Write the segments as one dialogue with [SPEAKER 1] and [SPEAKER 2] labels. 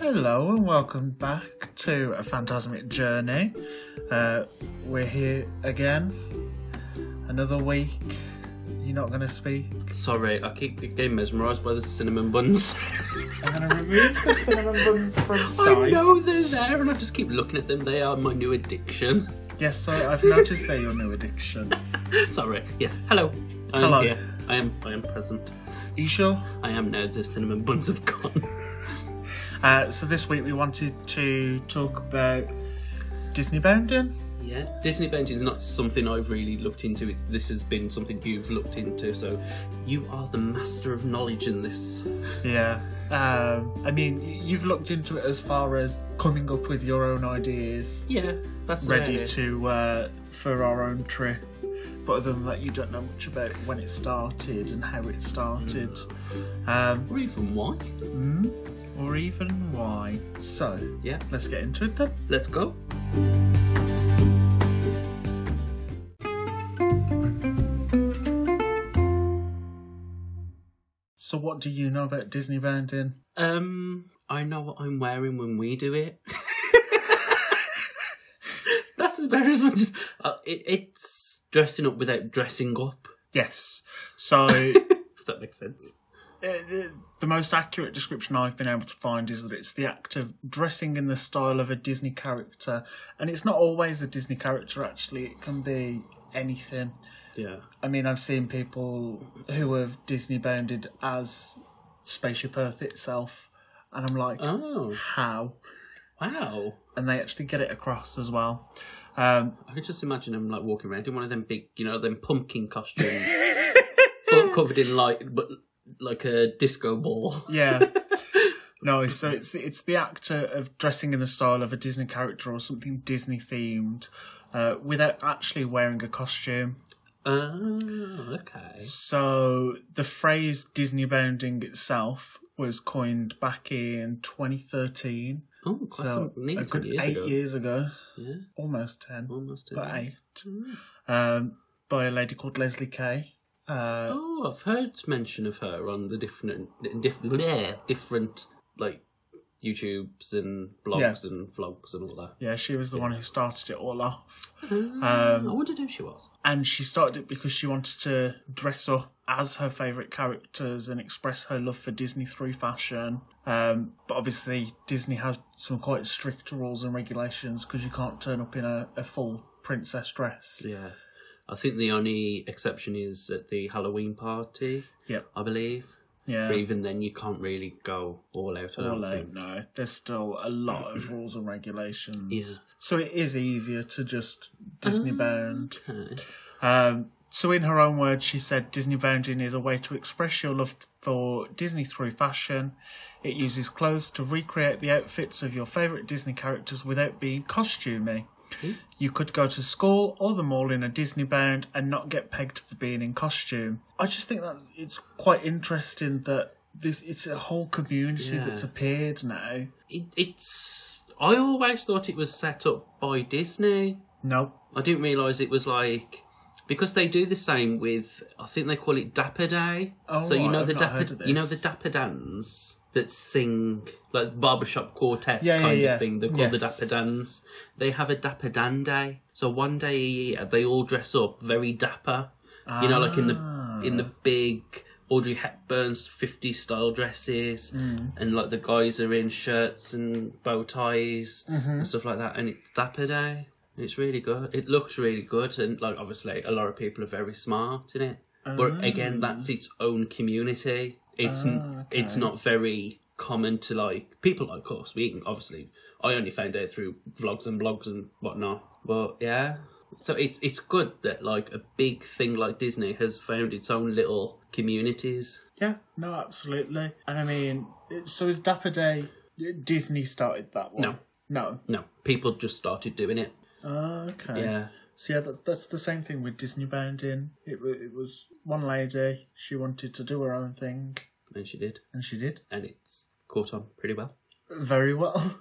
[SPEAKER 1] Hello and welcome back to a phantasmic journey. Uh, we're here again, another week. You're not going to speak.
[SPEAKER 2] Sorry, I keep getting mesmerised by the cinnamon buns.
[SPEAKER 1] I'm going to remove the cinnamon buns from
[SPEAKER 2] I
[SPEAKER 1] sight.
[SPEAKER 2] know they're there, and I just keep looking at them. They are my new addiction.
[SPEAKER 1] Yes, so I've noticed they're your new addiction.
[SPEAKER 2] Sorry. Yes. Hello. I am
[SPEAKER 1] Hello.
[SPEAKER 2] here. I am. I am present.
[SPEAKER 1] Are you sure?
[SPEAKER 2] I am now. The cinnamon buns have gone.
[SPEAKER 1] Uh, so this week we wanted to talk about Disney bounding.
[SPEAKER 2] yeah. Disney Bench is not something I've really looked into. It's, this has been something you've looked into. So, you are the master of knowledge in this.
[SPEAKER 1] Yeah. Um, I mean, y- you've looked into it as far as coming up with your own ideas.
[SPEAKER 2] Yeah. That's about
[SPEAKER 1] ready
[SPEAKER 2] it.
[SPEAKER 1] to uh, for our own trip. But other than that, you don't know much about when it started and how it started, um,
[SPEAKER 2] Or even why?
[SPEAKER 1] or even why. So
[SPEAKER 2] Yeah.
[SPEAKER 1] let's get into it then.
[SPEAKER 2] Let's go.
[SPEAKER 1] So, what do you know about Disney Bounding?
[SPEAKER 2] Um, I know what I'm wearing when we do it. That's as bad as much as uh, it, it's dressing up without dressing up.
[SPEAKER 1] Yes. So, uh,
[SPEAKER 2] If that makes sense.
[SPEAKER 1] the, the most accurate description I've been able to find is that it's the act of dressing in the style of a Disney character, and it's not always a Disney character. Actually, it can be anything.
[SPEAKER 2] Yeah.
[SPEAKER 1] I mean, I've seen people who have Disney bounded as Spaceship Earth itself, and I'm like,
[SPEAKER 2] Oh
[SPEAKER 1] how?
[SPEAKER 2] wow!
[SPEAKER 1] And they actually get it across as well. Um,
[SPEAKER 2] I could just imagine him like walking around in one of them big, you know, them pumpkin costumes, but covered in like, but like a disco ball.
[SPEAKER 1] yeah. No, so it's it's the act o- of dressing in the style of a Disney character or something Disney themed, uh, without actually wearing a costume.
[SPEAKER 2] Oh, Ah, okay.
[SPEAKER 1] So the phrase Disney bounding itself was coined back in 2013,
[SPEAKER 2] Oh, quite
[SPEAKER 1] so
[SPEAKER 2] some, nearly
[SPEAKER 1] a
[SPEAKER 2] 10
[SPEAKER 1] good
[SPEAKER 2] years
[SPEAKER 1] eight
[SPEAKER 2] ago.
[SPEAKER 1] years ago,
[SPEAKER 2] Yeah,
[SPEAKER 1] almost ten.
[SPEAKER 2] almost.
[SPEAKER 1] but
[SPEAKER 2] ten years.
[SPEAKER 1] eight, um, by a lady called Leslie Kay. Uh,
[SPEAKER 2] Oh, I've heard mention of her on the different, different, bleh, different like YouTubes and blogs and vlogs and all that. Ah,
[SPEAKER 1] yeah, she was the one who started it all off,
[SPEAKER 2] Um, I wondered who she was.
[SPEAKER 1] and she started it because she wanted to dress up as her favourite characters and express her love for Disney through fashion. Um, but obviously, Disney has some quite strict rules and regulations because you can't turn up in a, a full princess dress.
[SPEAKER 2] Yeah, I think the only exception is at the Halloween party.
[SPEAKER 1] Yep.
[SPEAKER 2] I believe.
[SPEAKER 1] Yeah.
[SPEAKER 2] But even then, you can't really go all out. I don't
[SPEAKER 1] Well, no,
[SPEAKER 2] think.
[SPEAKER 1] no, there's still a lot of rules and regulations.
[SPEAKER 2] Yeah.
[SPEAKER 1] So it is easier to just Disney bound.
[SPEAKER 2] Okay.
[SPEAKER 1] Um, so, in her own words, she said Disney bounding is a way to express your love for Disney through fashion. It uses clothes to recreate the outfits of your favourite Disney characters without being costumey.
[SPEAKER 2] Hmm.
[SPEAKER 1] You could go to school or the mall in a Disney bound and not get pegged for being in costume. I just think that it's quite interesting that this it's a whole community
[SPEAKER 2] Yeah.
[SPEAKER 1] that's appeared now.
[SPEAKER 2] It, it's. I always thought it was set up by Disney.
[SPEAKER 1] No,
[SPEAKER 2] I didn't realise it was like because they do the same with I think they call it Dapper Day.
[SPEAKER 1] Oh,
[SPEAKER 2] so you
[SPEAKER 1] right,
[SPEAKER 2] know
[SPEAKER 1] I've
[SPEAKER 2] the
[SPEAKER 1] not
[SPEAKER 2] Dapper
[SPEAKER 1] heard of
[SPEAKER 2] you know the
[SPEAKER 1] this.
[SPEAKER 2] Dapper Dans that sing like barbershop quartet
[SPEAKER 1] Yeah, yeah,
[SPEAKER 2] kind
[SPEAKER 1] yeah.
[SPEAKER 2] of thing. They're called the
[SPEAKER 1] Yes.
[SPEAKER 2] Dapper Dans. They have a Dapper Dan Day. So one day a year, they all dress up very dapper. You know, like in the in
[SPEAKER 1] Ah.
[SPEAKER 2] the big Audrey Hepburn's 50 style dresses,
[SPEAKER 1] Mm.
[SPEAKER 2] and like the guys are in shirts and bow ties
[SPEAKER 1] Mm-hmm.
[SPEAKER 2] and stuff like that. And it's Dapper Day. And It's really good. It looks really good, and like obviously, a lot of people are very smart in it. But again, that's its own community. It's n it's not very common to like people like us. We can- obviously, I only found out through vlogs and blogs and whatnot. But yeah, so it's it's good that like a big thing like Disney has found its own little communities.
[SPEAKER 1] Yeah, no, absolutely. And I mean, it- so is Dapper Day. Disney started that one.
[SPEAKER 2] No.
[SPEAKER 1] No. Ah,
[SPEAKER 2] No, people just started doing it.
[SPEAKER 1] Okay.
[SPEAKER 2] Yeah,
[SPEAKER 1] So yeah, that's, that's the same thing with Disney Bound in. It, wa- it was one lady. She wanted to do her own thing,
[SPEAKER 2] and she did,
[SPEAKER 1] and she did
[SPEAKER 2] and it's caught on pretty well.
[SPEAKER 1] very well.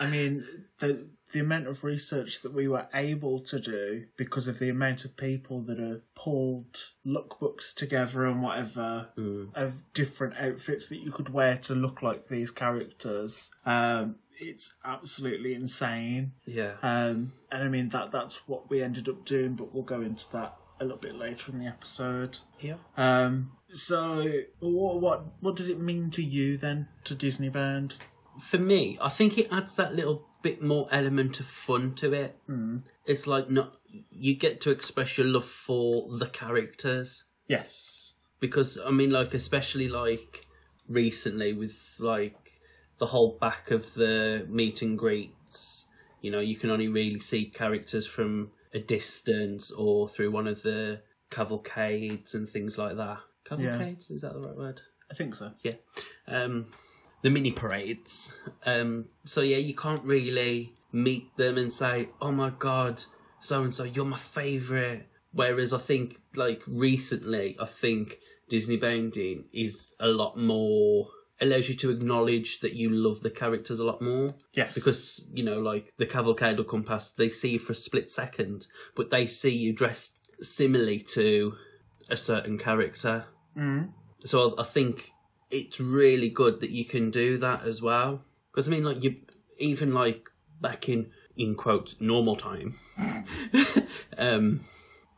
[SPEAKER 1] I mean, the the amount of research that we were able to do because of the amount of people that have pulled lookbooks together and whatever of different outfits that you could wear to look like these characters. Um, it's absolutely insane.
[SPEAKER 2] Yeah.
[SPEAKER 1] Um, and I mean that that's what we ended up doing, but we'll go into that a little bit later in the episode.
[SPEAKER 2] yeah.
[SPEAKER 1] Um, so what what what does it mean to you then to Disney Bound?
[SPEAKER 2] for me, I think it adds that little bit more element of fun to it. Mm. It's like not you get to express your love for the characters
[SPEAKER 1] Yes.
[SPEAKER 2] because I mean, like especially like recently with like the whole back of the meet and greets. You know, you can only really see characters from a distance or through one of the cavalcades and things like that. Cavalcades is that the right word?
[SPEAKER 1] I think so.
[SPEAKER 2] yeah um the mini parades um so yeah you can't really meet them and say oh my god so and so you're my favorite whereas i think like recently i think disney bounding is a lot more allows you to acknowledge that you love the characters a lot more
[SPEAKER 1] Yes.
[SPEAKER 2] because you know like the cavalcade will come past they see you for a split second but they see you dressed similarly to a certain character
[SPEAKER 1] Mm.
[SPEAKER 2] so I- I think it's really good that you can do that as well. Because I mean, like you, even like back in in quotes normal time. um,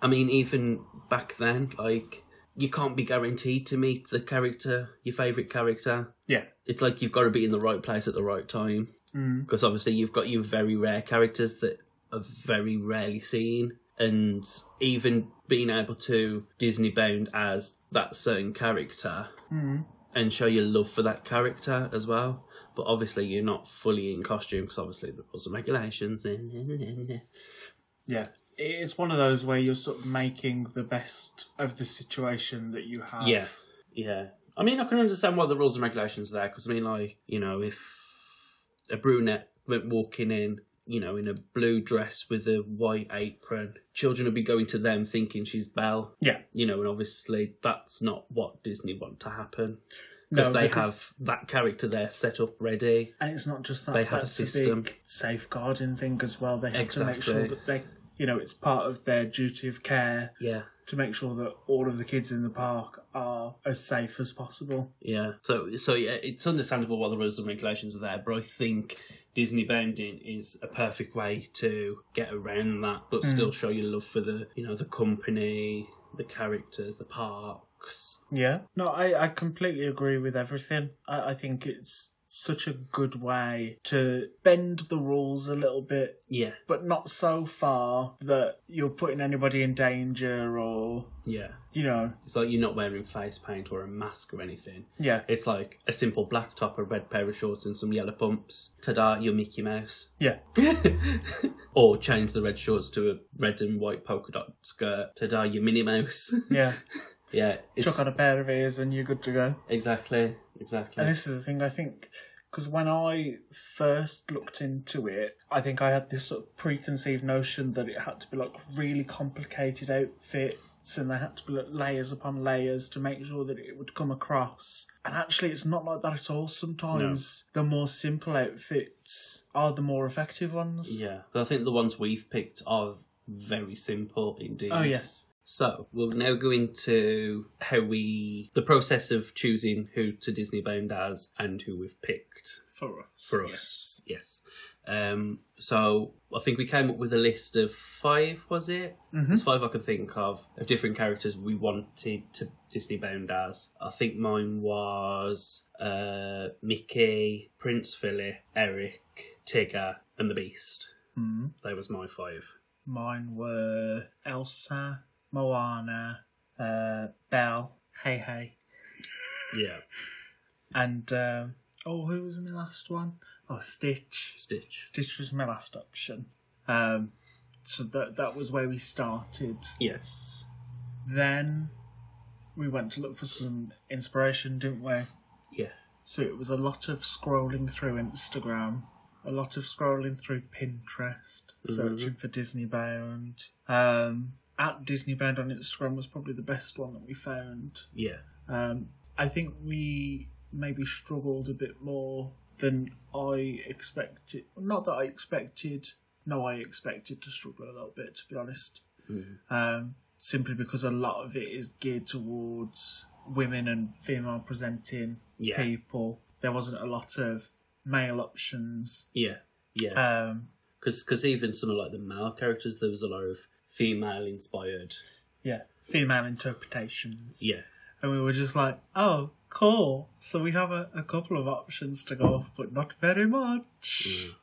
[SPEAKER 2] I mean, even back then, like you can't be guaranteed to meet the character, your favorite character.
[SPEAKER 1] yeah.
[SPEAKER 2] It's like you've got to be in the right place at the right time. Because obviously, you've got your very rare characters that are very rarely seen. And even being able to Disney bound as that certain character and show your love for that character as well. But obviously, you're not fully in costume because obviously there was some regulations.
[SPEAKER 1] Yeah. It's one of those where you're sort of making the best of the situation that you have.
[SPEAKER 2] Yeah, yeah. I mean, I can understand why the rules and regulations are there because I mean, like you know, if a brunette went walking in, you know, in a blue dress with a white apron, children would be going to them thinking she's Belle.
[SPEAKER 1] Yeah.
[SPEAKER 2] You know, and obviously that's not what Disney want to happen because
[SPEAKER 1] No,
[SPEAKER 2] they
[SPEAKER 1] because-
[SPEAKER 2] have that character there set up ready.
[SPEAKER 1] And it's not just that.
[SPEAKER 2] They have a
[SPEAKER 1] that's
[SPEAKER 2] system.
[SPEAKER 1] big safeguarding thing as well. They have to make sure
[SPEAKER 2] Exactly.
[SPEAKER 1] that they, you know, it's part of their duty of care
[SPEAKER 2] Yeah,
[SPEAKER 1] to make sure that all of the kids in the park are as safe as possible.
[SPEAKER 2] yeah. So, so yeah, it's understandable why the rules and regulations are there, but I think Disney bounding is a perfect way to get around that, but still show your love for the, you know, the company, the characters, the parks.
[SPEAKER 1] Yeah. No, I, I completely agree with everything. I, I think it's such a good way to bend the rules a little bit,
[SPEAKER 2] Yeah,
[SPEAKER 1] but not so far that you're putting anybody in danger or,
[SPEAKER 2] yeah.
[SPEAKER 1] you know,
[SPEAKER 2] It's like you're not wearing face paint or a mask or anything.
[SPEAKER 1] yeah.
[SPEAKER 2] It's like a simple black top, a red pair of shorts, and some yellow pumps. Ta-da! You're Mickey Mouse.
[SPEAKER 1] Yeah.
[SPEAKER 2] or change the red shorts to a red and white polka dot skirt. Ta-da! You're Minnie Mouse.
[SPEAKER 1] Yeah.
[SPEAKER 2] yeah, it's,
[SPEAKER 1] Chuck on a pair of ears and you're good to go.
[SPEAKER 2] Exactly, exactly.
[SPEAKER 1] And this is the thing I think because when I first looked into it, I think I had this sort of preconceived notion that it had to be like really complicated outfits and there had to be like layers upon layers to make sure that it would come across. And actually, it's not like that at all. Sometimes the more simple outfits are the more effective ones.
[SPEAKER 2] yeah, but I think the ones we've picked are very simple indeed.
[SPEAKER 1] Oh, yes.
[SPEAKER 2] So we'll now go into how we the process of choosing who to Disney bound as and who we've picked
[SPEAKER 1] For us.
[SPEAKER 2] for us. Yes. Um, so I think we came up with a list of five. Was it? There's five I can think of of different characters we wanted to Disney bound as. I think mine was uh, Mickey, Prince Philip, Eric, Tigger, and the Beast.
[SPEAKER 1] Mhm.
[SPEAKER 2] They was my five.
[SPEAKER 1] Mine were Elsa, Moana, uh, Belle, Hey Hey.
[SPEAKER 2] Yeah.
[SPEAKER 1] And um, oh, who was my last one? Oh, Stitch.
[SPEAKER 2] Stitch.
[SPEAKER 1] Stitch was my last option. Um, so that that was where we started.
[SPEAKER 2] Yes.
[SPEAKER 1] Then we went to look for some inspiration, didn't we?
[SPEAKER 2] Yeah.
[SPEAKER 1] So it was a lot of scrolling through Instagram, a lot of scrolling through Pinterest, searching for Disney Bound. Um, at Disney Bound on Instagram was probably the best one that we found.
[SPEAKER 2] Yeah.
[SPEAKER 1] Um, I think we maybe struggled a bit more than I expected. Not that I expected. No, I expected to struggle a little bit, to be honest.
[SPEAKER 2] Mm.
[SPEAKER 1] Um, simply because a lot of it is geared towards women and female presenting
[SPEAKER 2] Yeah.
[SPEAKER 1] people. There wasn't a lot of male options.
[SPEAKER 2] Yeah, yeah.
[SPEAKER 1] Um,
[SPEAKER 2] Because even some of like the male characters, there was a lot of female inspired.
[SPEAKER 1] yeah, female interpretations.
[SPEAKER 2] Yeah,
[SPEAKER 1] And we were just like, oh, cool. So we have a, a couple of options to go off, but not very much.
[SPEAKER 2] Mm.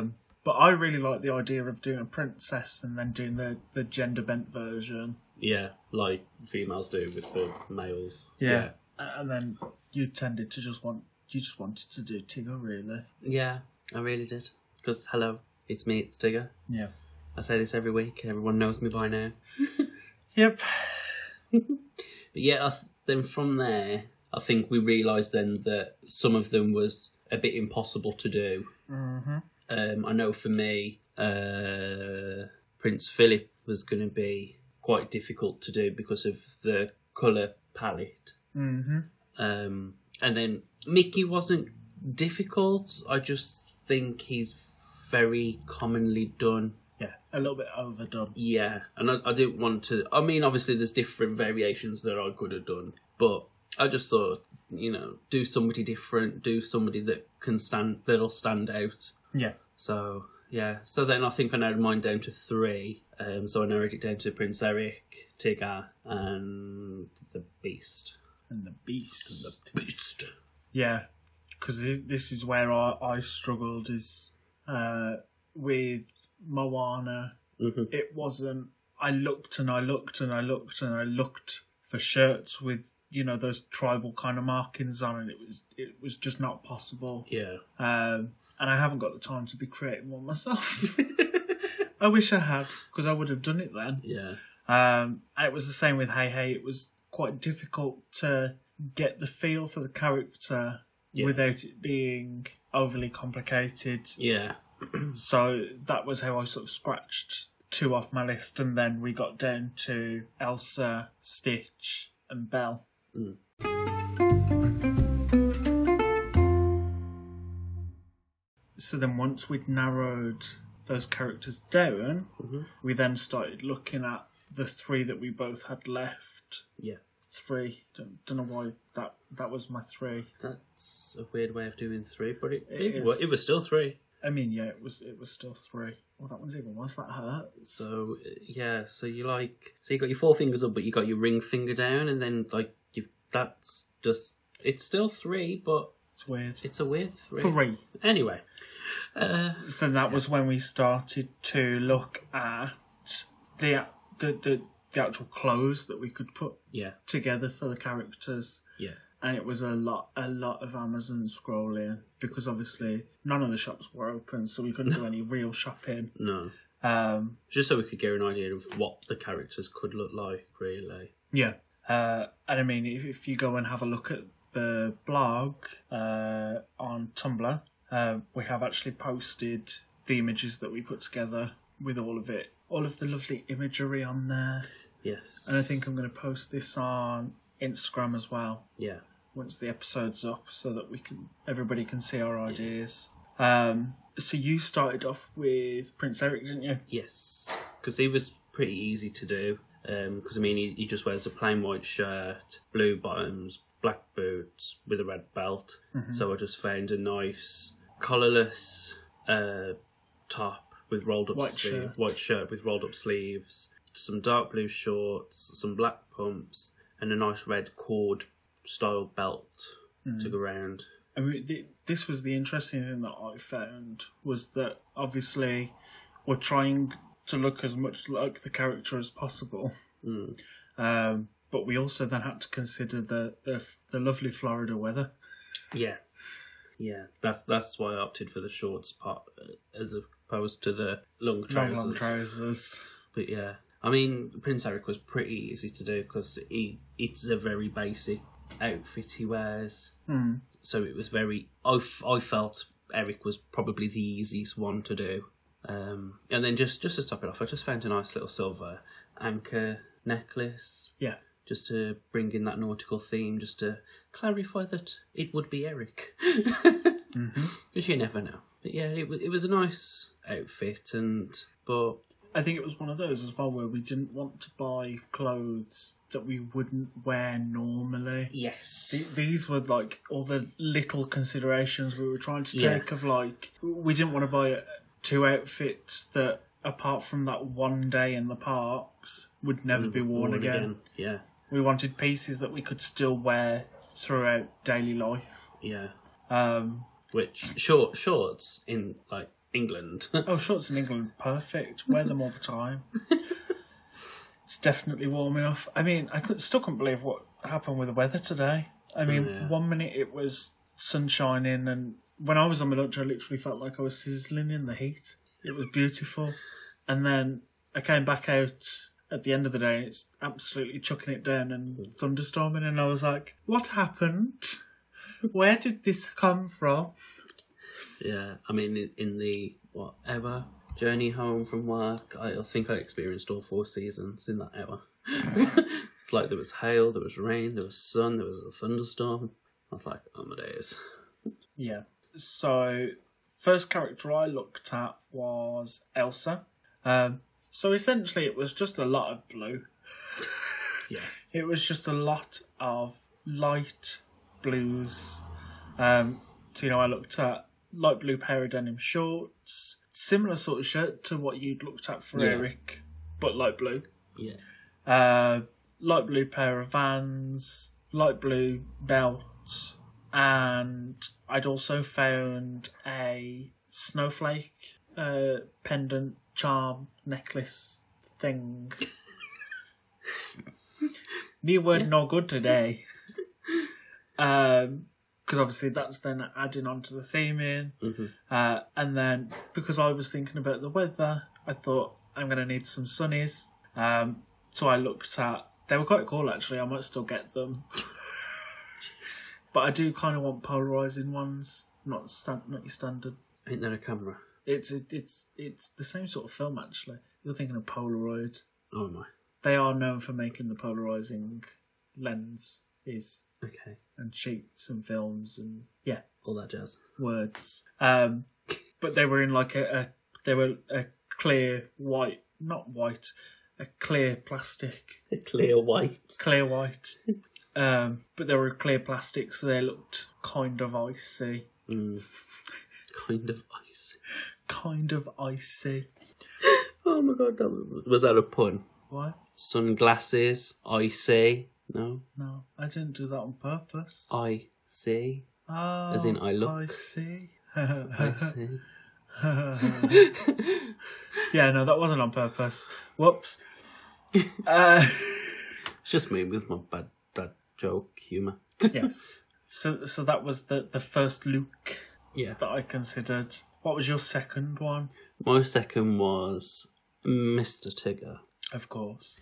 [SPEAKER 1] Um, but I really like the idea of doing a princess and then doing the, the gender bent version.
[SPEAKER 2] yeah. Like females do with the males.
[SPEAKER 1] A- And then you tended to just want, you just wanted to do Tigger, really.
[SPEAKER 2] yeah. I really did. Because hello, it's me, it's Tigger.
[SPEAKER 1] Yeah.
[SPEAKER 2] I say this every week. Everyone knows me by now.
[SPEAKER 1] Yep.
[SPEAKER 2] But yeah, I th- then from there, I think we realised then that some of them was a bit impossible to do. Mm-hmm. Um, I know for me, uh, Prince Philip was going to be quite difficult to do because of the colour palette. Mm-hmm. Um, and then Mickey wasn't difficult. I just think he's very commonly done.
[SPEAKER 1] Yeah. A little bit overdone.
[SPEAKER 2] Yeah, and I, I didn't want to. I mean, obviously, there's different variations that I could have done, but I just thought, you know, do somebody different, do somebody that can stand, that'll stand out.
[SPEAKER 1] Yeah.
[SPEAKER 2] So yeah, so then I think I narrowed mine down to three. Um, so I narrowed it down to Prince Eric, Tigger, and the Beast.
[SPEAKER 1] And the beast.
[SPEAKER 2] Beast.
[SPEAKER 1] Yeah, because this is where I, I struggled is uh, with Moana.
[SPEAKER 2] Mhm.
[SPEAKER 1] It wasn't. I looked and I looked and I looked and I looked for shirts with you know those tribal kind of markings on, and it was it was just not possible.
[SPEAKER 2] Yeah.
[SPEAKER 1] Um, and I haven't got the time to be creating one myself. I wish I had because I would have done it then.
[SPEAKER 2] Yeah.
[SPEAKER 1] Um, and it was the same with Hey Hey. It was quite difficult to get the feel for the character
[SPEAKER 2] Yeah.
[SPEAKER 1] without it being overly complicated.
[SPEAKER 2] Yeah.
[SPEAKER 1] So that was how I sort of scratched two off my list, and then we got down to Elsa, Stitch, and Belle. So then, once we'd narrowed those characters down, we then started looking at the three that we both had left.
[SPEAKER 2] Yeah.
[SPEAKER 1] Three. Don't, don't know why that that was my three.
[SPEAKER 2] That's a weird way of doing three, but it,
[SPEAKER 1] It
[SPEAKER 2] it,
[SPEAKER 1] is.
[SPEAKER 2] wa- it was still three.
[SPEAKER 1] I mean, yeah, it was it was still three. Well, that one's even worse. That hurts.
[SPEAKER 2] So uh, yeah, so you like so you got your four fingers up, but you got your ring finger down, and then like you that's just it's still three, but
[SPEAKER 1] It's weird.
[SPEAKER 2] it's a weird three.
[SPEAKER 1] Three.
[SPEAKER 2] Anyway, uh,
[SPEAKER 1] So then that was when we started to look at the the the, the actual clothes that we could put
[SPEAKER 2] yeah,
[SPEAKER 1] together for the characters.
[SPEAKER 2] yeah,
[SPEAKER 1] And it was a lot, a lot of Amazon scrolling because obviously none of the shops were open, so we couldn't do any real shopping.
[SPEAKER 2] no,
[SPEAKER 1] Um,
[SPEAKER 2] just so we could get an idea of what the characters could look like, really.
[SPEAKER 1] Yeah. Uh, and I mean, if, if you go and have a look at the blog uh, on Tumblr, uh, we have actually posted the images that we put together with all of it, all of the lovely imagery on there.
[SPEAKER 2] Yes,
[SPEAKER 1] And I think I'm going to post this on Instagram as well
[SPEAKER 2] yeah,
[SPEAKER 1] once the episode's up, so that we can everybody can see our ideas. Um, so you started off with Prince Eric, didn't you?
[SPEAKER 2] yes, because he was pretty easy to do. Because I mean, he, he just wears a plain white shirt, blue bottoms, black boots with a red belt.
[SPEAKER 1] Mm-hmm.
[SPEAKER 2] So I just found a nice collarless uh, top with rolled up
[SPEAKER 1] White
[SPEAKER 2] sleeve-
[SPEAKER 1] shirt.
[SPEAKER 2] white shirt with rolled up sleeves, some dark blue shorts, some black pumps, and a nice red cord style belt to
[SPEAKER 1] Mm-hmm.
[SPEAKER 2] go around.
[SPEAKER 1] I mean, th- this was the interesting thing that I found was that obviously we're trying to look as much like the character as possible,
[SPEAKER 2] Mm.
[SPEAKER 1] um, but we also then had to consider the the, the lovely Florida weather.
[SPEAKER 2] Yeah, yeah. That's that's why I opted for the shorts part uh, as opposed to the long
[SPEAKER 1] Long,
[SPEAKER 2] trousers.
[SPEAKER 1] long trousers.
[SPEAKER 2] But yeah, I mean, Prince Eric was pretty easy to do because he it's a very basic outfit he wears.
[SPEAKER 1] Hmm.
[SPEAKER 2] So it was very. I, f- I felt Eric was probably the easiest one to do. Um, and then just just to top it off, I just found a nice little silver anchor necklace
[SPEAKER 1] Yeah,
[SPEAKER 2] just to bring in that nautical theme, just to clarify that it would be Eric.
[SPEAKER 1] Mm-hmm.
[SPEAKER 2] because you never know. But yeah, it, wa- it was a nice outfit, and but
[SPEAKER 1] I think it was one of those as well where we didn't want to buy clothes that we wouldn't wear normally.
[SPEAKER 2] yes,
[SPEAKER 1] Th- These were like all the little considerations we were trying to
[SPEAKER 2] Yeah.
[SPEAKER 1] take of like we didn't want to buy two outfits that apart from that one day in the parks would never be Mm, worn, again.
[SPEAKER 2] yeah,
[SPEAKER 1] We wanted pieces that we could still wear throughout daily life.
[SPEAKER 2] yeah.
[SPEAKER 1] Um,
[SPEAKER 2] Which short shorts in like England?
[SPEAKER 1] oh, shorts in England, perfect. Wear them all the time. it's definitely warm enough. I mean, I could, still couldn't believe what happened with the weather today. I mean,
[SPEAKER 2] yeah.
[SPEAKER 1] one minute it was sun shining, and when I was on my lunch, I literally felt like I was sizzling in the heat. It was beautiful. And then I came back out at the end of the day, and it's absolutely chucking it down and thunderstorming, and I was like, what happened? Where did this come from?
[SPEAKER 2] yeah, I mean in, in the what hour journey home from work, I, I think I experienced all four seasons in that hour. it's like there was hail, there was rain, there was sun, there was a thunderstorm. I was like, oh my days.
[SPEAKER 1] Yeah. So, first character I looked at was Elsa. Um, so essentially, it was just a lot of blue.
[SPEAKER 2] Yeah.
[SPEAKER 1] It was just a lot of light blues. Um, so, you know, I looked at light blue pair of denim shorts, similar sort of shirt to what you'd looked at for
[SPEAKER 2] Yeah.
[SPEAKER 1] Eric, but light blue.
[SPEAKER 2] Yeah.
[SPEAKER 1] Uh, light blue pair of vans, light blue belt, and I'd also found a snowflake uh, pendant, charm, necklace thing. Me word no good today. Because obviously that's then adding on to the theming.
[SPEAKER 2] hmm
[SPEAKER 1] Uh, and then because I was thinking about the weather, I thought I'm going to need some sunnies. Um, so I looked at. They were quite cool actually. I might still get them. but I do kind of want polarizing ones, not stand, not your standard.
[SPEAKER 2] Ain't there a camera?
[SPEAKER 1] It's it, it's it's the same sort of film actually. You're thinking of Polaroid.
[SPEAKER 2] Oh my.
[SPEAKER 1] They are known for making the polarizing lens is
[SPEAKER 2] Okay.
[SPEAKER 1] and sheets and films and yeah
[SPEAKER 2] All that jazz.
[SPEAKER 1] words. Um, but they were in like a, a they were a clear white, not white, a clear plastic,
[SPEAKER 2] Clear white.
[SPEAKER 1] clear white. Um, but they were clear plastic, so they looked kind of icy,
[SPEAKER 2] Mm. Kind of icy.
[SPEAKER 1] kind of icy.
[SPEAKER 2] Oh my god, that was, was that a pun?
[SPEAKER 1] Why?
[SPEAKER 2] Sunglasses, icy. No,
[SPEAKER 1] No, I didn't do that on purpose.
[SPEAKER 2] I see.
[SPEAKER 1] Oh,
[SPEAKER 2] Oh, as in I look.
[SPEAKER 1] I see.
[SPEAKER 2] I see.
[SPEAKER 1] yeah, no, that wasn't on purpose. Whoops. uh,
[SPEAKER 2] It's just me with my bad dad joke humour.
[SPEAKER 1] yes. So, so that was the the first look.
[SPEAKER 2] Yeah.
[SPEAKER 1] that I considered. What was your second one?
[SPEAKER 2] My second was Mr. Tigger.
[SPEAKER 1] Of course.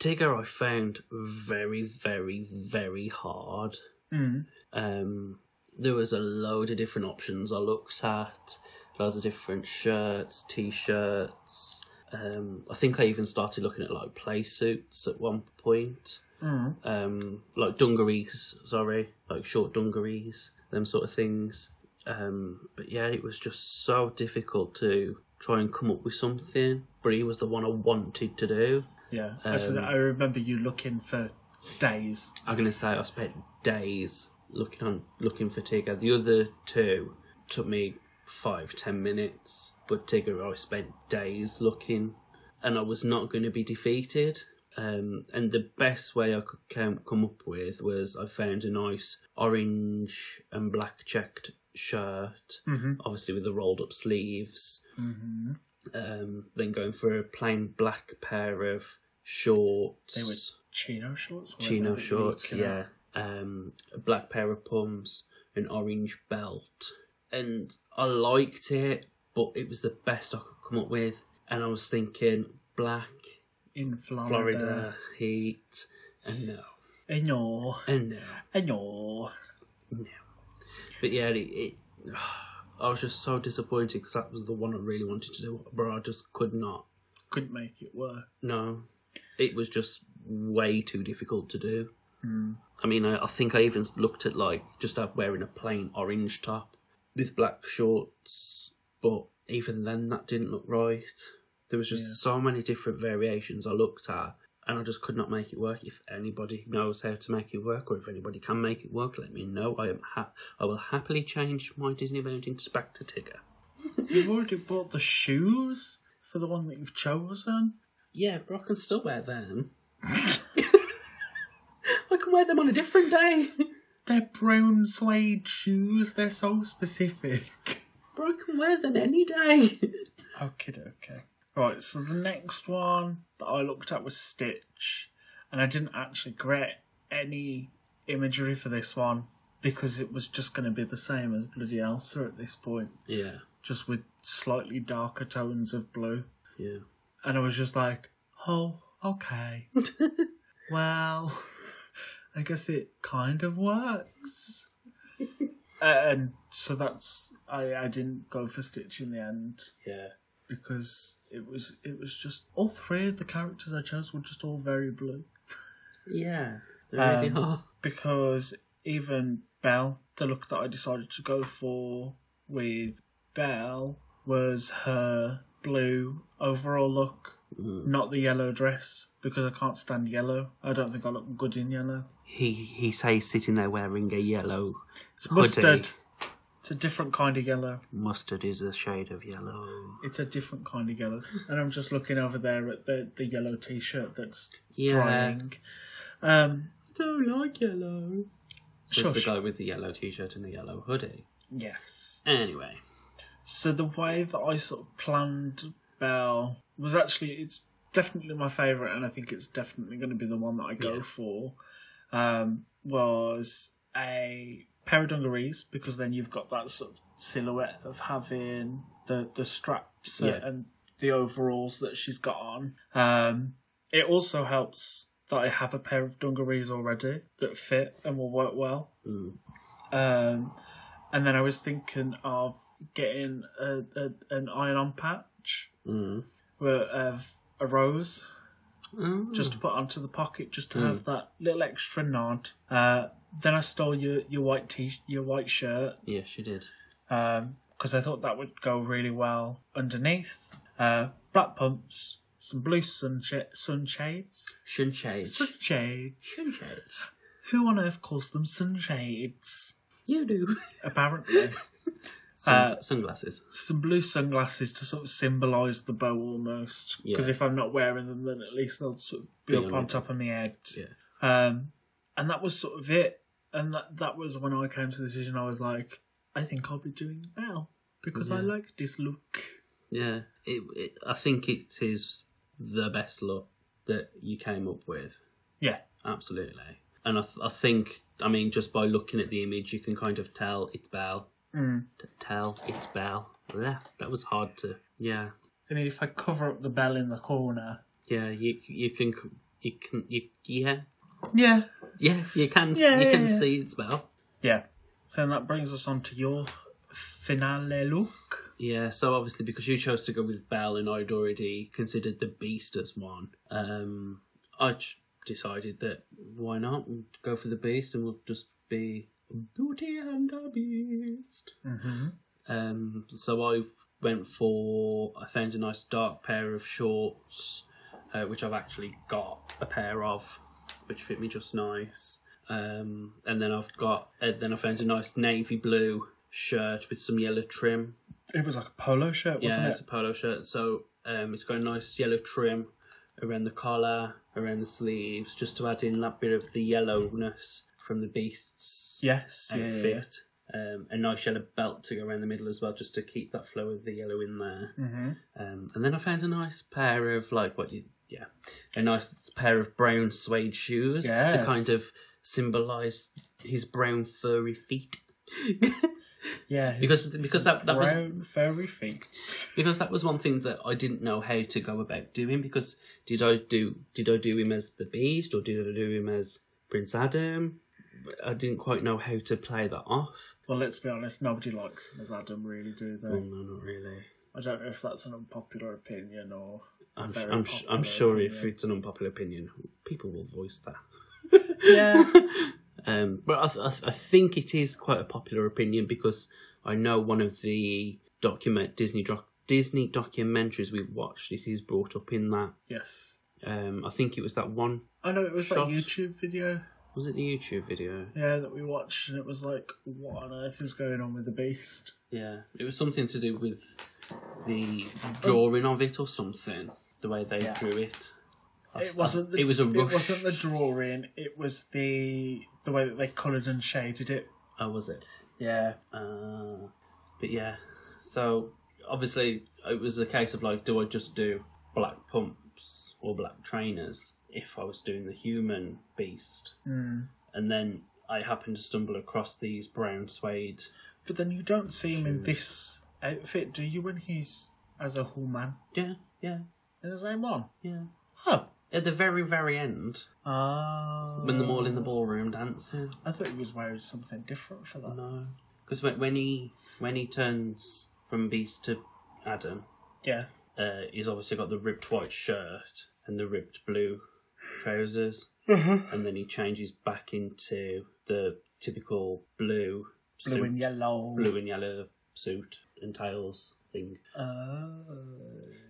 [SPEAKER 2] Tigger I found very, very, very hard.
[SPEAKER 1] Mm.
[SPEAKER 2] um, there was a load of different options I looked at, loads of different shirts, t-shirts. Um, I think I even started looking at like play suits at one point,
[SPEAKER 1] Mm.
[SPEAKER 2] um, like dungarees, sorry, like short dungarees, them sort of things. Um, but yeah, it was just so difficult to try and come up with something. But he was the one I wanted to do.
[SPEAKER 1] Yeah. I said-
[SPEAKER 2] Um,
[SPEAKER 1] I remember you looking for days.
[SPEAKER 2] I'm gonna say I spent days looking on looking for Tigger. The other two took me five, ten minutes, but Tigger I spent days looking and I was not gonna be defeated. Um, and the best way I could come, come up with was I found a nice orange and black checked shirt,
[SPEAKER 1] Mm-hmm.
[SPEAKER 2] obviously with the rolled up sleeves.
[SPEAKER 1] Mm-hmm.
[SPEAKER 2] Um, then going for a plain black pair of shorts.
[SPEAKER 1] They were chino shorts. weren't they,
[SPEAKER 2] Chino
[SPEAKER 1] that you were
[SPEAKER 2] shorts,
[SPEAKER 1] looking
[SPEAKER 2] yeah.
[SPEAKER 1] at?
[SPEAKER 2] Um, a black pair of pumps, an orange belt. And I liked it, but it was the best I could come up with. And I was thinking black,
[SPEAKER 1] In Florida.
[SPEAKER 2] Florida, heat, and no,
[SPEAKER 1] I know.
[SPEAKER 2] and no,
[SPEAKER 1] I know.
[SPEAKER 2] no. But yeah, it, it, I was just so disappointed because that was the one I really wanted to do, but I just could not.
[SPEAKER 1] Couldn't make it work.
[SPEAKER 2] No, it was just way too difficult to do.
[SPEAKER 1] Mm.
[SPEAKER 2] I mean, I, I think I even looked at like just uh, wearing a plain orange top with black shorts, but even then that didn't look right. There was just so many different variations I looked at, and I just could not make it work. If anybody knows how to make it work, or if anybody can make it work, let me know. I am ha- I will happily change my Disney Mountain to back to Tigger.
[SPEAKER 1] You've already bought the shoes for the one that you've chosen.
[SPEAKER 2] Yeah, but I can still wear them. I can wear them on a different day.
[SPEAKER 1] They're brown suede shoes. They're so specific.
[SPEAKER 2] But I can wear them any day.
[SPEAKER 1] Okay, okay. Right, so the next one that I looked at was Stitch, and I didn't actually create any imagery for this one because it was just going to be the same as Bloody Elsa at this point,
[SPEAKER 2] yeah,
[SPEAKER 1] just with slightly darker tones of blue.
[SPEAKER 2] yeah.
[SPEAKER 1] And I was just like, oh, okay. well, I guess it kind of works. and so that's, I, I didn't go for Stitch in the end
[SPEAKER 2] Yeah.
[SPEAKER 1] because it was it was just all three of the characters I chose were just all very blue.
[SPEAKER 2] Yeah. They really
[SPEAKER 1] Um,
[SPEAKER 2] are.
[SPEAKER 1] Because even Belle, the look that I decided to go for with Belle was her blue overall look,
[SPEAKER 2] mm.
[SPEAKER 1] not the yellow dress. Because I can't stand yellow. I don't think I look good in yellow.
[SPEAKER 2] He he says sitting there wearing a yellow
[SPEAKER 1] It's mustard. It's a different kind of yellow.
[SPEAKER 2] Mustard is a shade of yellow.
[SPEAKER 1] It's a different kind of yellow. And I'm just looking over there at the, the yellow t shirt that's
[SPEAKER 2] Yeah.
[SPEAKER 1] drying. Um,
[SPEAKER 2] Don't like yellow. So it's
[SPEAKER 1] shush.
[SPEAKER 2] the guy with the yellow t-shirt and the yellow hoodie.
[SPEAKER 1] Yes.
[SPEAKER 2] Anyway,
[SPEAKER 1] So the way that I sort of planned Bell was actually it's definitely my favourite, and I think it's definitely going to be the one that I go
[SPEAKER 2] Yeah.
[SPEAKER 1] for. Um, was a pair of dungarees because then you've got that sort of silhouette of having the the straps
[SPEAKER 2] Yeah.
[SPEAKER 1] and the overalls that she's got on. Um, it also helps that I have a pair of dungarees already that fit and will work well.
[SPEAKER 2] Mm.
[SPEAKER 1] Um, and then I was thinking of getting a, a, an iron on patch
[SPEAKER 2] mm.
[SPEAKER 1] with of a rose
[SPEAKER 2] Oh.
[SPEAKER 1] just to put onto the pocket, just to have that little extra nod. Uh, then I stole your, your white t your white shirt
[SPEAKER 2] yeah, she did.
[SPEAKER 1] because I thought that would go really well underneath. Uh, black pumps, some blue sunshade, sunshades,
[SPEAKER 2] Sunshades.
[SPEAKER 1] sunshades.
[SPEAKER 2] Sunshades.
[SPEAKER 1] Who on earth calls them sunshades?
[SPEAKER 2] You do.
[SPEAKER 1] Apparently.
[SPEAKER 2] Sun-
[SPEAKER 1] Uh,
[SPEAKER 2] sunglasses.
[SPEAKER 1] some blue sunglasses to sort of symbolise the bow almost. Because
[SPEAKER 2] Yeah.
[SPEAKER 1] if I'm not wearing them, then at least they'll sort of be
[SPEAKER 2] Be
[SPEAKER 1] up
[SPEAKER 2] on
[SPEAKER 1] on
[SPEAKER 2] it.
[SPEAKER 1] top of my head.
[SPEAKER 2] Yeah.
[SPEAKER 1] Um, and that was sort of it. And that that was when I came to the decision. I was like, I think I'll be doing well because I
[SPEAKER 2] Yeah.
[SPEAKER 1] like this look.
[SPEAKER 2] Yeah. It, it, I think it is the best look that you came up with.
[SPEAKER 1] Yeah,
[SPEAKER 2] Absolutely. And I, th- I think, I mean, just by looking at the image, you can kind of tell it's Belle.
[SPEAKER 1] Mm.
[SPEAKER 2] T- Tell it's Belle. Blech, That was hard to. Yeah.
[SPEAKER 1] and if I cover up the bell in the corner,
[SPEAKER 2] Yeah. You you can c- you can you yeah
[SPEAKER 1] yeah,
[SPEAKER 2] yeah you can s
[SPEAKER 1] Yeah,
[SPEAKER 2] you
[SPEAKER 1] yeah,
[SPEAKER 2] can
[SPEAKER 1] yeah.
[SPEAKER 2] see it's Belle.
[SPEAKER 1] yeah. So that brings us on to your finale look.
[SPEAKER 2] Yeah, so obviously because you chose to go with Belle and I'd already considered the Beast as one, um, I ch- decided that why not We'll go for the Beast and we'll just be Beauty and the Beast.
[SPEAKER 1] Mm-hmm.
[SPEAKER 2] Um, so I went for I found a nice dark pair of shorts, uh, which I've actually got a pair of, which fit me just nice. Um, and then I've got and then I found a nice navy blue shirt with some yellow trim
[SPEAKER 1] It was like a polo shirt, wasn't
[SPEAKER 2] yeah,
[SPEAKER 1] it?
[SPEAKER 2] it's a polo shirt. So um, it's got a nice yellow trim around the collar, around the sleeves, just to add in that bit of the yellowness from the beast's
[SPEAKER 1] Yes, yeah, yeah, yeah.
[SPEAKER 2] outfit. Um, a nice yellow belt to go around the middle as well, just to keep that flow of the yellow in there.
[SPEAKER 1] Mm-hmm.
[SPEAKER 2] Um, and then I found a nice pair of like what you yeah, a nice pair of brown suede shoes to
[SPEAKER 1] Yes.
[SPEAKER 2] kind of symbolise his brown furry feet.
[SPEAKER 1] Yeah, his-
[SPEAKER 2] Because because that that was
[SPEAKER 1] brown furry feet.
[SPEAKER 2] because that was one thing that I didn't know how to go about doing. Because did I do did I do him as the Beast or did I do him as Prince Adam? I didn't quite know how to play that off.
[SPEAKER 1] Well, let's be honest, nobody likes him as Adam, really, do they?
[SPEAKER 2] Oh no, not really.
[SPEAKER 1] I don't know if that's an unpopular opinion or. a
[SPEAKER 2] I'm
[SPEAKER 1] very
[SPEAKER 2] I'm, sh-
[SPEAKER 1] popular
[SPEAKER 2] I'm sure if
[SPEAKER 1] opinion.
[SPEAKER 2] it's an unpopular opinion, people will voice that.
[SPEAKER 1] Yeah.
[SPEAKER 2] Um, but I, th- I, th- I think it is quite a popular opinion because I know one of the document Disney doc, Disney documentaries we've watched. It is brought up in that.
[SPEAKER 1] Yes.
[SPEAKER 2] Um, I think it was that one.
[SPEAKER 1] I know it was
[SPEAKER 2] Shot.
[SPEAKER 1] that YouTube video.
[SPEAKER 2] Was it the YouTube video?
[SPEAKER 1] Yeah, that we watched, and it was like, what on earth is going on with the beast?
[SPEAKER 2] Yeah, it was something to do with the drawing of it or something. The way they
[SPEAKER 1] Oh. Yeah.
[SPEAKER 2] drew it. I-
[SPEAKER 1] It wasn't.
[SPEAKER 2] I-
[SPEAKER 1] The,
[SPEAKER 2] it was a
[SPEAKER 1] It
[SPEAKER 2] rush.
[SPEAKER 1] wasn't the drawing. It was the the way that they coloured and shaded it.
[SPEAKER 2] Oh, was it?
[SPEAKER 1] Yeah.
[SPEAKER 2] Uh, but yeah, so obviously it was a case of like, do I just do black pumps or black trainers if I was doing the human beast?
[SPEAKER 1] Mm.
[SPEAKER 2] And then I happened to stumble across these brown suede.
[SPEAKER 1] But then you don't see him in this outfit, do you? When he's as a whole man
[SPEAKER 2] Yeah, yeah,
[SPEAKER 1] in the same one.
[SPEAKER 2] yeah.
[SPEAKER 1] Huh.
[SPEAKER 2] At the very, very end,
[SPEAKER 1] Oh.
[SPEAKER 2] when they're all in the ballroom dancing.
[SPEAKER 1] I thought he was wearing something different for that.
[SPEAKER 2] No, because when, when he when he turns from beast to Adam,
[SPEAKER 1] Yeah.
[SPEAKER 2] uh, he's obviously got the ripped white shirt and the ripped blue trousers,
[SPEAKER 1] Mm-hmm.
[SPEAKER 2] and then he changes back into the typical blue
[SPEAKER 1] Blue
[SPEAKER 2] suit,
[SPEAKER 1] and yellow.
[SPEAKER 2] blue and yellow suit and tails thing.
[SPEAKER 1] Oh.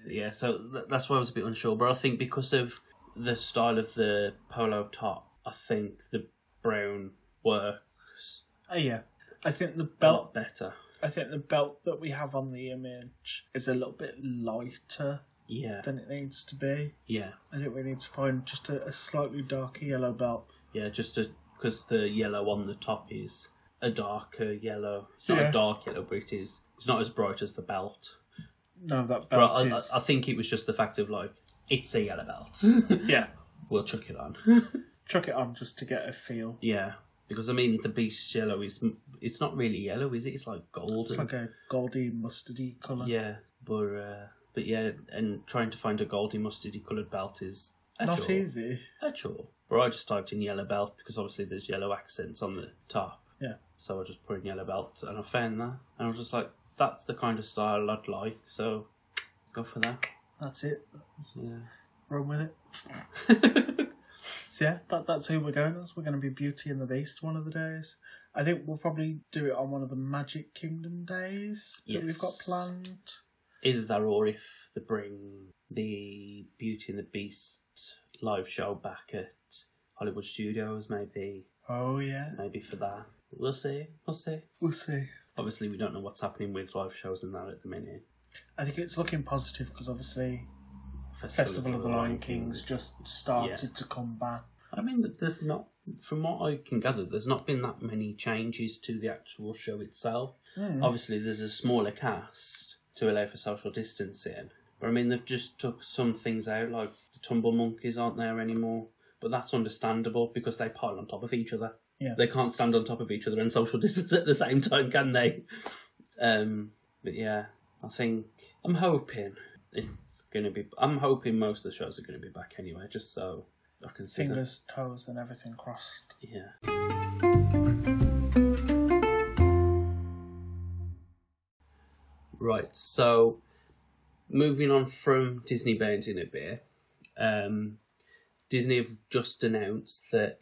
[SPEAKER 2] Yeah, so th- that's why I was a bit unsure, but I think because of the style of the polo top, I think the brown works
[SPEAKER 1] Oh yeah. I think the
[SPEAKER 2] a
[SPEAKER 1] belt.
[SPEAKER 2] lot better.
[SPEAKER 1] I think the belt that we have on the image is a little bit lighter
[SPEAKER 2] Yeah,
[SPEAKER 1] than it needs to be.
[SPEAKER 2] yeah.
[SPEAKER 1] I think we need to find just a, a slightly darker yellow belt.
[SPEAKER 2] Yeah, just because the yellow on the top is a darker yellow. It's not
[SPEAKER 1] Yeah.
[SPEAKER 2] a dark yellow, but it is. It's not as bright as the belt.
[SPEAKER 1] No, that
[SPEAKER 2] But
[SPEAKER 1] belt
[SPEAKER 2] I, I,
[SPEAKER 1] Oh, is.
[SPEAKER 2] I think it was just the fact of like it's a yellow belt.
[SPEAKER 1] yeah,
[SPEAKER 2] we'll chuck it on.
[SPEAKER 1] chuck it on just to get a feel.
[SPEAKER 2] yeah, because I mean the beast yellow is. It's not really yellow, is it? It's like golden.
[SPEAKER 1] It's like a goldy mustardy colour.
[SPEAKER 2] yeah, but uh, but yeah, and trying to find a goldy mustardy coloured belt is a
[SPEAKER 1] Not
[SPEAKER 2] chore.
[SPEAKER 1] easy.
[SPEAKER 2] A chore. Or I just typed in yellow belt because obviously there's yellow accents on the top.
[SPEAKER 1] Yeah.
[SPEAKER 2] So I just put in yellow belt and I found that. And I was just like, that's the kind of style I'd like. So go for that.
[SPEAKER 1] That's it.
[SPEAKER 2] Yeah.
[SPEAKER 1] Run with it. So yeah, that, that's who we're going as. We're going to be Beauty and the Beast one of the days. I think we'll probably do it on one of the Magic Kingdom days that we've got
[SPEAKER 2] Yes.
[SPEAKER 1] planned.
[SPEAKER 2] Either that or if they bring the Beauty and the Beast live show back at Hollywood Studios, maybe.
[SPEAKER 1] Oh yeah,
[SPEAKER 2] Maybe for that. We'll see. We'll see.
[SPEAKER 1] we'll see.
[SPEAKER 2] Obviously, we don't know what's happening with live shows and that at the minute.
[SPEAKER 1] I think it's looking positive because obviously
[SPEAKER 2] Festival,
[SPEAKER 1] Festival of the Lion Kings just started to come back.
[SPEAKER 2] I mean, th- there's not, from what I can gather, there's not been that many changes to the actual show itself. Hmm.
[SPEAKER 1] Mm.
[SPEAKER 2] Obviously, there's a smaller cast to allow for social distancing, but I mean, they've just took some things out, like the tumble monkeys aren't there anymore. But that's understandable because they pile on top of each other.
[SPEAKER 1] Yeah.
[SPEAKER 2] They can't stand on top of each other and social distance at the same time, can they? Um, but yeah, I think I'm hoping it's going to be. I'm hoping most of the shows are going to be back anyway, just so I can see them.
[SPEAKER 1] Fingers, toes, and everything crossed.
[SPEAKER 2] Yeah. Right, so moving on from Disney Bound in a bit, um, Disney have just announced that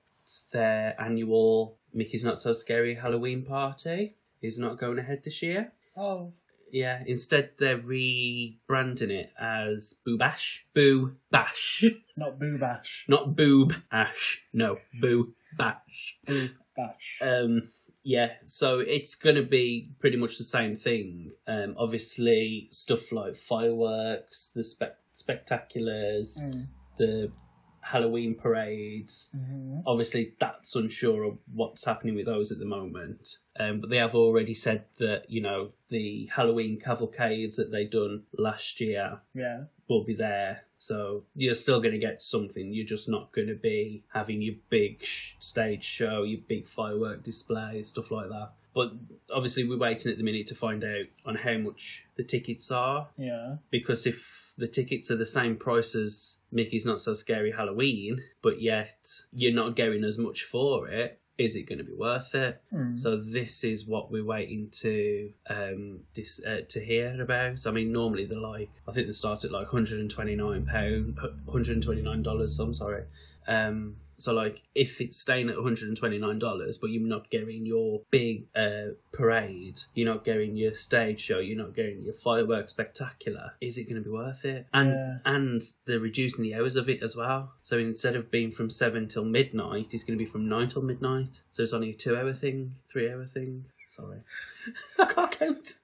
[SPEAKER 2] their annual Mickey's Not So Scary Halloween party is not going ahead this year.
[SPEAKER 1] Oh,
[SPEAKER 2] Yeah, instead they're rebranding it as Boo Bash. Boo Bash.
[SPEAKER 1] not Boo Bash.
[SPEAKER 2] Not Boob Ash. No, Boo Bash.
[SPEAKER 1] Boo Bash.
[SPEAKER 2] Um, yeah, so it's going to be pretty much the same thing. Um, obviously, stuff like fireworks, the spec- spectaculars,
[SPEAKER 1] Mm. Hmm.
[SPEAKER 2] the Halloween parades.
[SPEAKER 1] Mm-hmm.
[SPEAKER 2] Obviously, that's unsure of what's happening with those at the moment. Um, but they have already said that, you know, the Halloween cavalcades that they done last year
[SPEAKER 1] Yeah.
[SPEAKER 2] will be there. So you're still going to get something. You're just not going to be having your big sh- stage show, your big firework display, stuff like that. But obviously, we're waiting at the minute to find out on how much the tickets are.
[SPEAKER 1] Yeah.
[SPEAKER 2] Because if the tickets are the same price as Mickey's Not So Scary Halloween, but yet you're not getting as much for it, is it going to be worth it?
[SPEAKER 1] Mm.
[SPEAKER 2] So this is what we're waiting to um this uh, to hear about. I mean, normally they're like I think they start at like 129 pound, 129 dollars. I'm sorry, Um, so like if it's staying at one hundred and twenty nine dollars, but you're not getting your big uh, parade, you're not getting your stage show, you're not getting your fireworks spectacular. Is it going to be worth it? And
[SPEAKER 1] Yeah.
[SPEAKER 2] and they're reducing the hours of it as well. So instead of being from seven till midnight, it's going to be from nine till midnight. So it's only a two hour thing, three hour thing. Sorry, I can't count.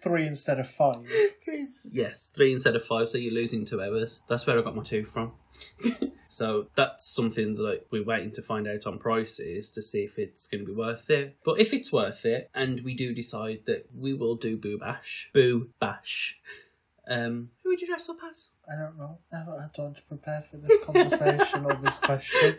[SPEAKER 1] Three instead of five.
[SPEAKER 2] Yes, three instead of five, so you're losing two hours. That's where I got my two from. so that's something that we're waiting to find out on prices to see if it's going to be worth it. But if it's worth it, and we do decide that we will do Boo Bash, Boo Bash, um, who would you dress up as?
[SPEAKER 1] I don't know. I haven't had time to prepare for this conversation or this question.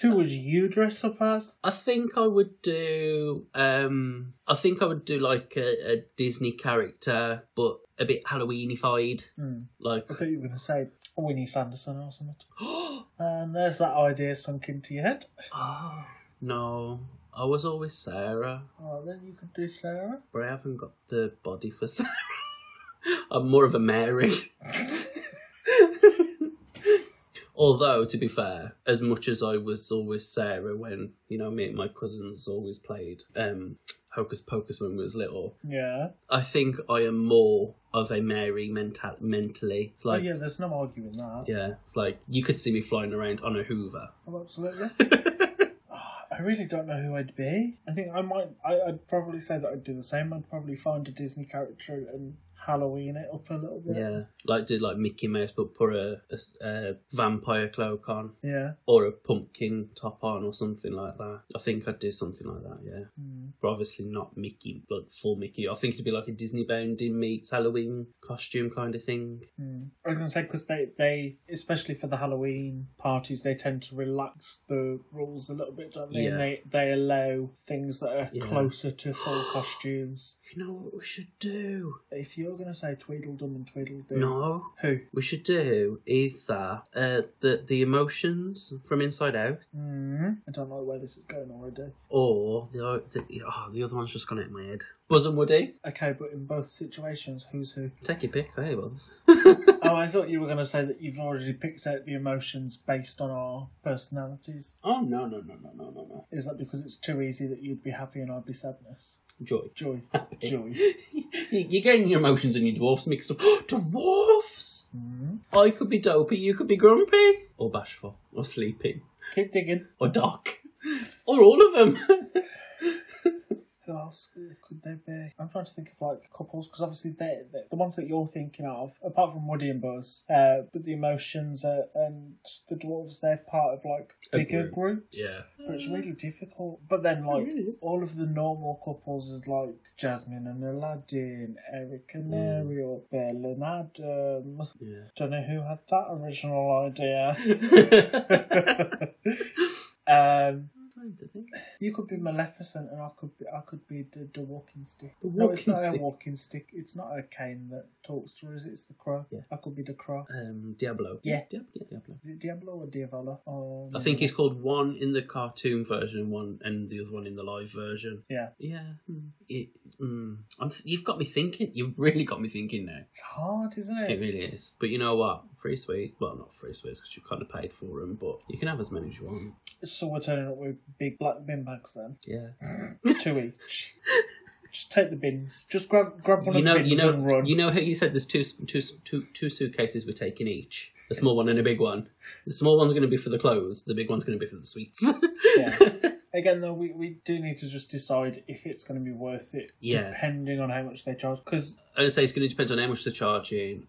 [SPEAKER 1] Who would you dress up as?
[SPEAKER 2] I think I would do. Um, I think I would do like a, a Disney character, but a bit Halloweenified,
[SPEAKER 1] Hmm.
[SPEAKER 2] like
[SPEAKER 1] I thought you were going to say Winnie Sanderson or something. And there's that idea sunk into your head.
[SPEAKER 2] Oh, no. I was always Sarah,
[SPEAKER 1] Oh, then you could do Sarah.
[SPEAKER 2] but I haven't got the body for Sarah. I'm more of a Mary. Although, to be fair, as much as I was always Sarah when, you know, me and my cousins always played um, Hocus Pocus when we was little,
[SPEAKER 1] Yeah.
[SPEAKER 2] I think I am more of a Mary mental- mentally. It's
[SPEAKER 1] Oh
[SPEAKER 2] like, yeah.
[SPEAKER 1] yeah, there's no arguing that.
[SPEAKER 2] it's like you could see me flying around on a Hoover.
[SPEAKER 1] Oh, absolutely. Oh, I really don't know who I'd be. I think I might. I, I'd probably say that I'd do the same. I'd probably find a Disney character and Halloween it up a little bit.
[SPEAKER 2] Yeah, like do like Mickey Mouse, but put a, a, a vampire cloak on
[SPEAKER 1] Yeah.
[SPEAKER 2] or a pumpkin top on or something like that. I think I'd do something like that. Yeah,
[SPEAKER 1] Hmm.
[SPEAKER 2] but obviously not Mickey, like full Mickey. I think it'd be like a Disney bound in meets Halloween costume kind of thing.
[SPEAKER 1] Hmm. I was gonna say because they, they especially for the Halloween parties they tend to relax the rules a little bit, don't they?
[SPEAKER 2] Yeah.
[SPEAKER 1] And they they allow things that are
[SPEAKER 2] Yeah.
[SPEAKER 1] closer to full costumes.
[SPEAKER 2] You know what we should do?
[SPEAKER 1] If you're gonna say Tweedledum and Tweedledee,
[SPEAKER 2] No.
[SPEAKER 1] who?
[SPEAKER 2] We should do either uh, the the emotions from Inside Out
[SPEAKER 1] Hmm. I don't know where this is going already.
[SPEAKER 2] or the the, oh, the other one's just gone out of my head. Buzz and Woody,
[SPEAKER 1] Okay, but in both situations, who's who?
[SPEAKER 2] take your pick. Hey, Buzz.
[SPEAKER 1] Oh, I thought you were going to say that you've already picked out the emotions based on our personalities.
[SPEAKER 2] Oh no no no no no no no!
[SPEAKER 1] Is that because it's too easy that you'd be happy and I'd be sadness?
[SPEAKER 2] Joy.
[SPEAKER 1] Joy.
[SPEAKER 2] Happy.
[SPEAKER 1] Joy.
[SPEAKER 2] You're getting your emotions and your dwarfs mixed up. dwarfs!
[SPEAKER 1] Mm.
[SPEAKER 2] Mm-hmm. I could be dopey, you could be grumpy. Or bashful. Or sleepy.
[SPEAKER 1] Keep digging.
[SPEAKER 2] Or dark. Or all of them.
[SPEAKER 1] Who else uh, could they be? I'm trying to think of like couples because obviously they they the ones that you're thinking of, apart from Woody and Buzz, uh, but the emotions uh, and the dwarves, they're part of like
[SPEAKER 2] A
[SPEAKER 1] bigger
[SPEAKER 2] group.
[SPEAKER 1] groups. But it's really difficult. But then, like,
[SPEAKER 2] Oh, really?
[SPEAKER 1] all of the normal couples is like Jasmine and Aladdin, Eric and
[SPEAKER 2] Mm.
[SPEAKER 1] Ariel, Bill and Adam.
[SPEAKER 2] Yeah.
[SPEAKER 1] Don't know who had that original idea. um, you could be Maleficent, and I could be I could be the, the walking stick.
[SPEAKER 2] The
[SPEAKER 1] no, it's
[SPEAKER 2] walking
[SPEAKER 1] not
[SPEAKER 2] stick.
[SPEAKER 1] a walking stick. It's not a cane that talks to us. It's the crow.
[SPEAKER 2] Yeah.
[SPEAKER 1] I could be the crow.
[SPEAKER 2] um, Diablo.
[SPEAKER 1] Yeah.
[SPEAKER 2] Diablo. Diablo.
[SPEAKER 1] Is it Diablo or Diavola? Oh,
[SPEAKER 2] I think he's called one in the cartoon version, and one and the other one in the live version.
[SPEAKER 1] Yeah.
[SPEAKER 2] Yeah, hmm. it, mm, I'm th- you've got me thinking. You've really got me thinking now.
[SPEAKER 1] it's hard, isn't
[SPEAKER 2] It really is. But you know what? Free sweet. Well, not free sweets because you kind of paid for them, but you can have as many as you want.
[SPEAKER 1] So we're turning up with big black bin bags then.
[SPEAKER 2] Yeah.
[SPEAKER 1] Two each. Just take the bins. Just grab grab one
[SPEAKER 2] You
[SPEAKER 1] of
[SPEAKER 2] know,
[SPEAKER 1] the bins
[SPEAKER 2] you know,
[SPEAKER 1] and run.
[SPEAKER 2] you know how you said there's two, s- two, s- two, two suitcases we're taking each. A small one and a big one. The small one's going to be for the clothes. The big one's going to be for the sweets.
[SPEAKER 1] Yeah. Again though, we, we do need to just decide if it's going to be worth it,
[SPEAKER 2] Yeah.
[SPEAKER 1] depending on how much they charge. Because
[SPEAKER 2] I'd say it's going to depend on how much they're charging,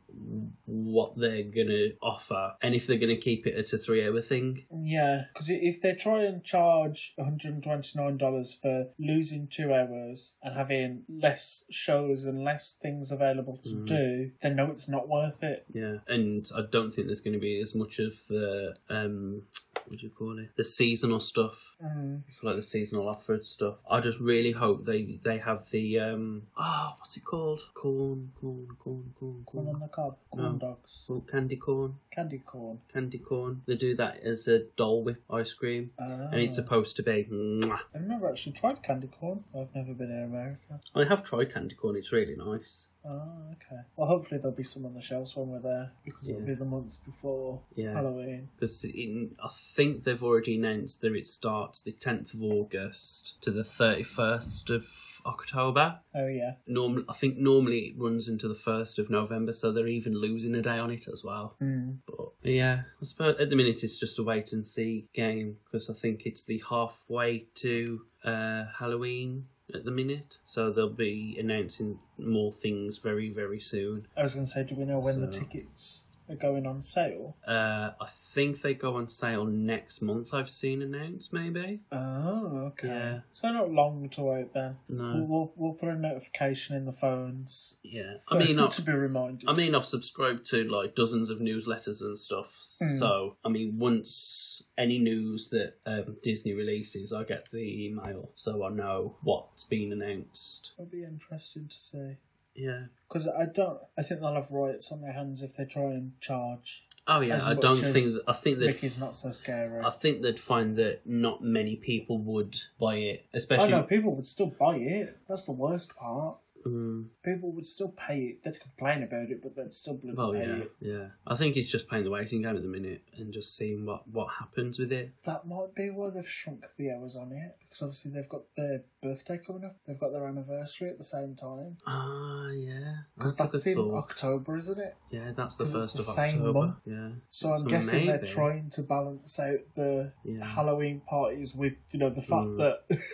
[SPEAKER 2] what they're going to offer, and if they're going to keep it at a three-hour thing.
[SPEAKER 1] yeah, because if they try and charge one hundred and twenty nine dollars for losing two hours and having less shows and less things available to
[SPEAKER 2] Mhm.
[SPEAKER 1] do, then no, it's not worth it.
[SPEAKER 2] Yeah, and I don't think there's going to be as much of the um, what do you call it? The seasonal stuff
[SPEAKER 1] Mm.
[SPEAKER 2] So like the seasonal offered stuff. I just really hope they they have the um oh what's it called? Corn, corn, corn, corn,
[SPEAKER 1] Corn on
[SPEAKER 2] corn.
[SPEAKER 1] the cob, corn
[SPEAKER 2] No.
[SPEAKER 1] dogs,
[SPEAKER 2] Well, candy corn,
[SPEAKER 1] candy corn.
[SPEAKER 2] candy corn. They do that as a Dole Whip ice cream, and it's
[SPEAKER 1] Ah.
[SPEAKER 2] supposed to be. Mwah.
[SPEAKER 1] I've never actually tried candy corn. I've never been in America.
[SPEAKER 2] I have tried candy corn. It's really nice.
[SPEAKER 1] Oh, okay. Well, hopefully there'll be some on the shelves when we're there because it'll
[SPEAKER 2] Yeah.
[SPEAKER 1] be the month before
[SPEAKER 2] Yeah.
[SPEAKER 1] Halloween.
[SPEAKER 2] Because I think they've already announced that it starts the 10th of August to the 31st of October.
[SPEAKER 1] Oh yeah.
[SPEAKER 2] Norm- I think normally it runs into the 1st of November, so they're even losing a day on it as well.
[SPEAKER 1] Mm.
[SPEAKER 2] But yeah, I suppose at the minute it's just a wait and see game because I think it's the halfway to uh, Halloween at the minute. So they'll be announcing more things very, very soon.
[SPEAKER 1] I was going to say, do we know when the
[SPEAKER 2] So-
[SPEAKER 1] tickets are going on sale?
[SPEAKER 2] Uh, I think they go on sale next month, I've seen announced maybe.
[SPEAKER 1] Oh, okay.
[SPEAKER 2] Yeah.
[SPEAKER 1] So not long to wait then. We'll,
[SPEAKER 2] No.
[SPEAKER 1] we'll, we'll put a notification in the phones.
[SPEAKER 2] Yeah. I
[SPEAKER 1] for-
[SPEAKER 2] mean, I,
[SPEAKER 1] to be reminded.
[SPEAKER 2] I mean, I've subscribed to like dozens of newsletters and stuff.
[SPEAKER 1] Mm.
[SPEAKER 2] So, I mean, once any news that um, Disney releases, I get the email, so I know what's been announced.
[SPEAKER 1] it'll be interesting to see
[SPEAKER 2] Yeah.
[SPEAKER 1] because I don't. I think they'll have riots on their hands if they try and charge.
[SPEAKER 2] Oh yeah.
[SPEAKER 1] As
[SPEAKER 2] I
[SPEAKER 1] much
[SPEAKER 2] don't
[SPEAKER 1] as
[SPEAKER 2] think. that- I think that.
[SPEAKER 1] Mickey's not so scary.
[SPEAKER 2] I think they'd find that not many people would buy it,
[SPEAKER 1] Oh
[SPEAKER 2] especially.
[SPEAKER 1] no, people would still buy it. That's the worst part.
[SPEAKER 2] Mm,
[SPEAKER 1] People would still pay it. They'd complain about it, but they'd still bloody
[SPEAKER 2] well,
[SPEAKER 1] pay
[SPEAKER 2] Oh, yeah,
[SPEAKER 1] it.
[SPEAKER 2] yeah. I think it's just playing the waiting game at the minute and just seeing what what happens with it.
[SPEAKER 1] That might be why they've shrunk the hours on it because obviously they've got their birthday coming up. They've got their anniversary at the same time.
[SPEAKER 2] Ah, yeah.
[SPEAKER 1] Because
[SPEAKER 2] a good
[SPEAKER 1] that's in
[SPEAKER 2] thought.
[SPEAKER 1] October, isn't it?
[SPEAKER 2] Yeah, that's the
[SPEAKER 1] 'Cause it's
[SPEAKER 2] first
[SPEAKER 1] the
[SPEAKER 2] of
[SPEAKER 1] same
[SPEAKER 2] October.
[SPEAKER 1] month.
[SPEAKER 2] Yeah.
[SPEAKER 1] So I'm guessing they're
[SPEAKER 2] maybe.
[SPEAKER 1] trying to balance out the
[SPEAKER 2] Yeah.
[SPEAKER 1] Halloween parties with you know the fact
[SPEAKER 2] Mm.
[SPEAKER 1] that.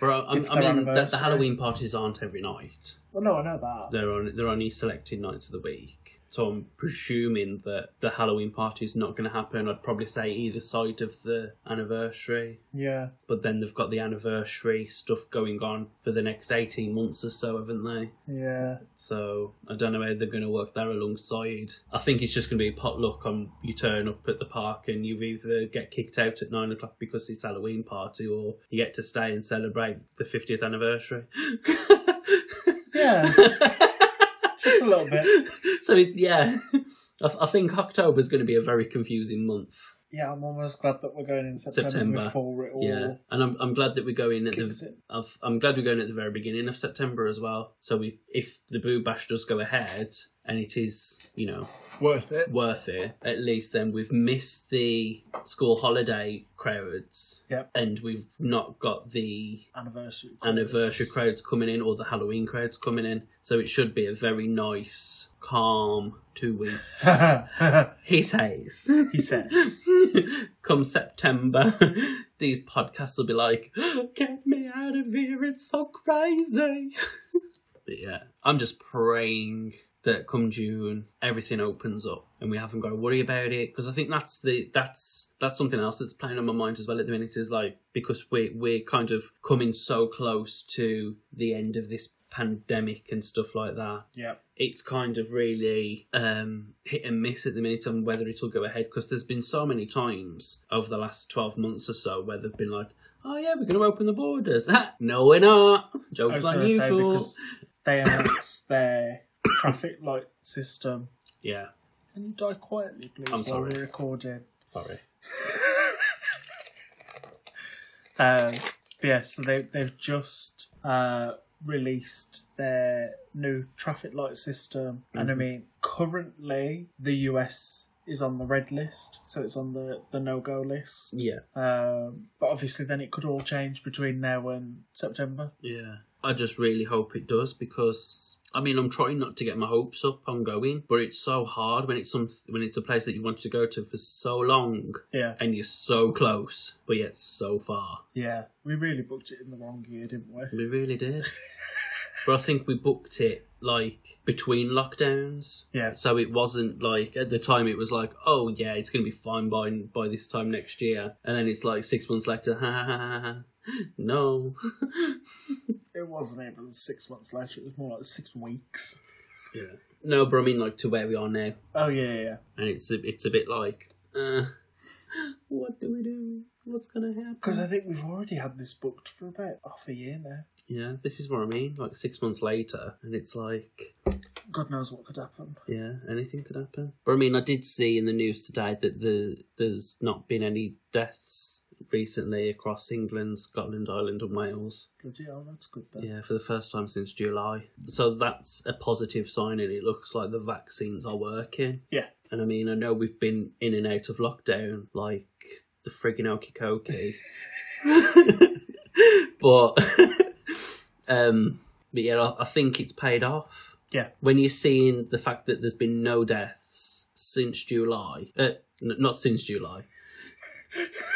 [SPEAKER 2] Bro, I,
[SPEAKER 1] It's
[SPEAKER 2] I
[SPEAKER 1] their
[SPEAKER 2] mean, the, the
[SPEAKER 1] anniversary.
[SPEAKER 2] Halloween parties aren't every night.
[SPEAKER 1] well, no, I know that.
[SPEAKER 2] They're on. They're only selected nights of the week. So I'm presuming that the Halloween party's not going to happen. I'd probably say either side of the anniversary.
[SPEAKER 1] Yeah,
[SPEAKER 2] But then they've got the anniversary stuff going on for the next 18 months or so, haven't they?
[SPEAKER 1] yeah.
[SPEAKER 2] So I don't know how they're going to work that alongside. I think it's just going to be a potluck on you turn up at the park and you either get kicked out at nine o'clock because it's Halloween party or you get to stay and celebrate the 50th anniversary.
[SPEAKER 1] Yeah, just a little bit.
[SPEAKER 2] so it's, yeah, I, I think October's going to be a very confusing month.
[SPEAKER 1] Yeah, I'm almost glad that we're going in September,
[SPEAKER 2] September.
[SPEAKER 1] before it all
[SPEAKER 2] Yeah, and I'm, I'm glad that we're going at
[SPEAKER 1] kicks
[SPEAKER 2] the.
[SPEAKER 1] in.
[SPEAKER 2] I've, I'm glad we're going at the very beginning of September as well. So we, if the Boo Bash does go ahead, and it is, you know,
[SPEAKER 1] Worth it.
[SPEAKER 2] worth it, at least then we've missed the school holiday crowds.
[SPEAKER 1] Yep.
[SPEAKER 2] And we've not got the
[SPEAKER 1] Anniversary.
[SPEAKER 2] anniversary crowds coming in or the Halloween crowds coming in. So it should be a very nice, calm two weeks. he says.
[SPEAKER 1] he says.
[SPEAKER 2] Come September, these podcasts will be like, get me out of here, it's so crazy. but yeah, I'm just praying that come June everything opens up and we haven't got to worry about it because I think that's the that's that's something else that's playing on my mind as well at the minute is like because we we're kind of coming so close to the end of this pandemic and stuff like that
[SPEAKER 1] Yep.
[SPEAKER 2] it's kind of really um, hit and miss at the minute on whether it'll go ahead because there's been so many times over the last 12 months or so where they've been like, oh yeah, we're going to open the borders. Ha, no, we're not.
[SPEAKER 1] I
[SPEAKER 2] Joke's
[SPEAKER 1] was
[SPEAKER 2] on
[SPEAKER 1] going to
[SPEAKER 2] you,
[SPEAKER 1] say
[SPEAKER 2] fool.
[SPEAKER 1] because they announced their traffic light system.
[SPEAKER 2] Yeah,
[SPEAKER 1] Can you die quietly, please,
[SPEAKER 2] I'm
[SPEAKER 1] while
[SPEAKER 2] sorry.
[SPEAKER 1] we're recording?
[SPEAKER 2] sorry.
[SPEAKER 1] Um, yeah, so they, they've just uh, released their new traffic light system. And I mean, currently the US is on the red list, so it's on the, the no go list.
[SPEAKER 2] Yeah,
[SPEAKER 1] Um, but obviously, then it could all change between now and September.
[SPEAKER 2] yeah. I just really hope it does because. I mean, I'm trying not to get my hopes up on going, but it's so hard when it's some when it's a place that you wanted to go to for so long,
[SPEAKER 1] Yeah,
[SPEAKER 2] and you're so close, but yet so far.
[SPEAKER 1] yeah. We really booked it in the wrong year, didn't we?
[SPEAKER 2] We really did. but I think we booked it like between lockdowns.
[SPEAKER 1] Yeah.
[SPEAKER 2] So it wasn't like at the time it was like, oh yeah, it's gonna be fine by by this time next year, and then it's like six months later, ha ha ha, ha ha. No.
[SPEAKER 1] It wasn't even six months later, it was more like six weeks.
[SPEAKER 2] yeah. No, but I mean like to where we are now,
[SPEAKER 1] Oh, yeah, yeah.
[SPEAKER 2] and it's a, it's a bit like, uh, what do we do? What's gonna happen?
[SPEAKER 1] Because I think we've already had this booked for about half a year now.
[SPEAKER 2] yeah, this is what I mean. Like six months later, and it's like,
[SPEAKER 1] God knows what could happen.
[SPEAKER 2] Yeah, anything could happen. But I mean, I did see in the news today that the there's not been any deaths recently across England, Scotland, Ireland, and Wales.
[SPEAKER 1] Bloody hell, that's good then.
[SPEAKER 2] Yeah, for the first time since July. So that's a positive sign, and it looks like the vaccines are working.
[SPEAKER 1] Yeah.
[SPEAKER 2] And I mean, I know we've been in and out of lockdown like the friggin' okie cokie. but, um, but yeah, I- I think it's paid off.
[SPEAKER 1] Yeah.
[SPEAKER 2] When you're seeing the fact that there's been no deaths since July, uh, n- not since July,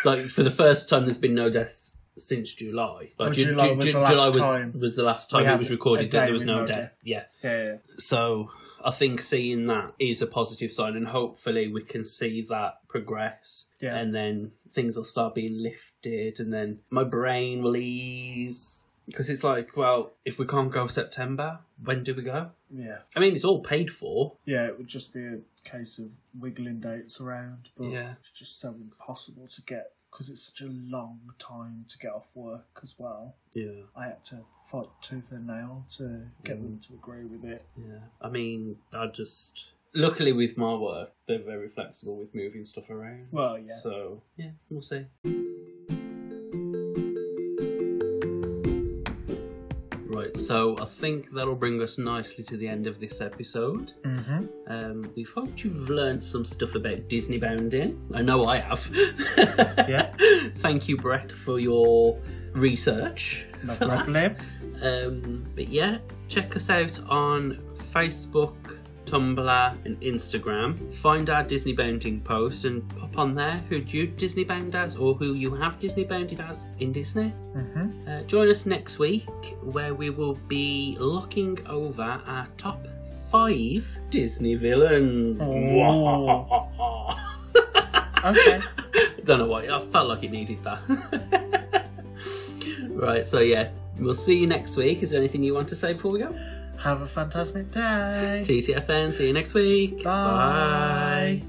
[SPEAKER 2] like for the first time, there's been no deaths since July. Like
[SPEAKER 1] Oh, July was the last time.
[SPEAKER 2] was, was the last
[SPEAKER 1] We
[SPEAKER 2] time
[SPEAKER 1] had
[SPEAKER 2] it was recorded
[SPEAKER 1] a
[SPEAKER 2] that
[SPEAKER 1] day
[SPEAKER 2] there was
[SPEAKER 1] with
[SPEAKER 2] no,
[SPEAKER 1] no
[SPEAKER 2] death.
[SPEAKER 1] deaths.
[SPEAKER 2] Yeah.
[SPEAKER 1] Yeah. yeah.
[SPEAKER 2] So I think seeing that is a positive sign, and hopefully we can see that progress.
[SPEAKER 1] Yeah.
[SPEAKER 2] And then things will start being lifted, and then my brain will ease. Because it's like, well, if we can't go September, when do we go?
[SPEAKER 1] Yeah.
[SPEAKER 2] I mean, it's all paid for.
[SPEAKER 1] Yeah, it would just be a case of wiggling dates around, but
[SPEAKER 2] Yeah.
[SPEAKER 1] it's just so impossible to get because it's such a long time to get off work as well.
[SPEAKER 2] Yeah.
[SPEAKER 1] I had to fight tooth and nail to get them to agree with it.
[SPEAKER 2] Yeah. I mean, I just. Luckily, with my work, they're very flexible with moving stuff around.
[SPEAKER 1] Well, yeah.
[SPEAKER 2] So, yeah, we'll see. Right, so I think that'll bring us nicely to the end of this episode.
[SPEAKER 1] Mm-hmm.
[SPEAKER 2] Um, we've hoped you've learned some stuff about Disney bounding. I know I have.
[SPEAKER 1] Yeah.
[SPEAKER 2] Thank you, Brett, for your research.
[SPEAKER 1] No
[SPEAKER 2] for that.
[SPEAKER 1] problem.
[SPEAKER 2] Um, but yeah, check us out on Facebook, Tumblr, and Instagram. Find our Disney bounding post and pop on there who you Disney bound as or who you have Disney bounded as in Disney.
[SPEAKER 1] Mm-hmm.
[SPEAKER 2] Uh, join us next week where we will be looking over our top five Disney villains.
[SPEAKER 1] Oh. Okay.
[SPEAKER 2] Don't know why, I felt like it needed that. right, so yeah, we'll see you next week. Is there anything you want to say before we go?
[SPEAKER 1] Have a fantastic day.
[SPEAKER 2] TTFN, see you next week.
[SPEAKER 1] Bye.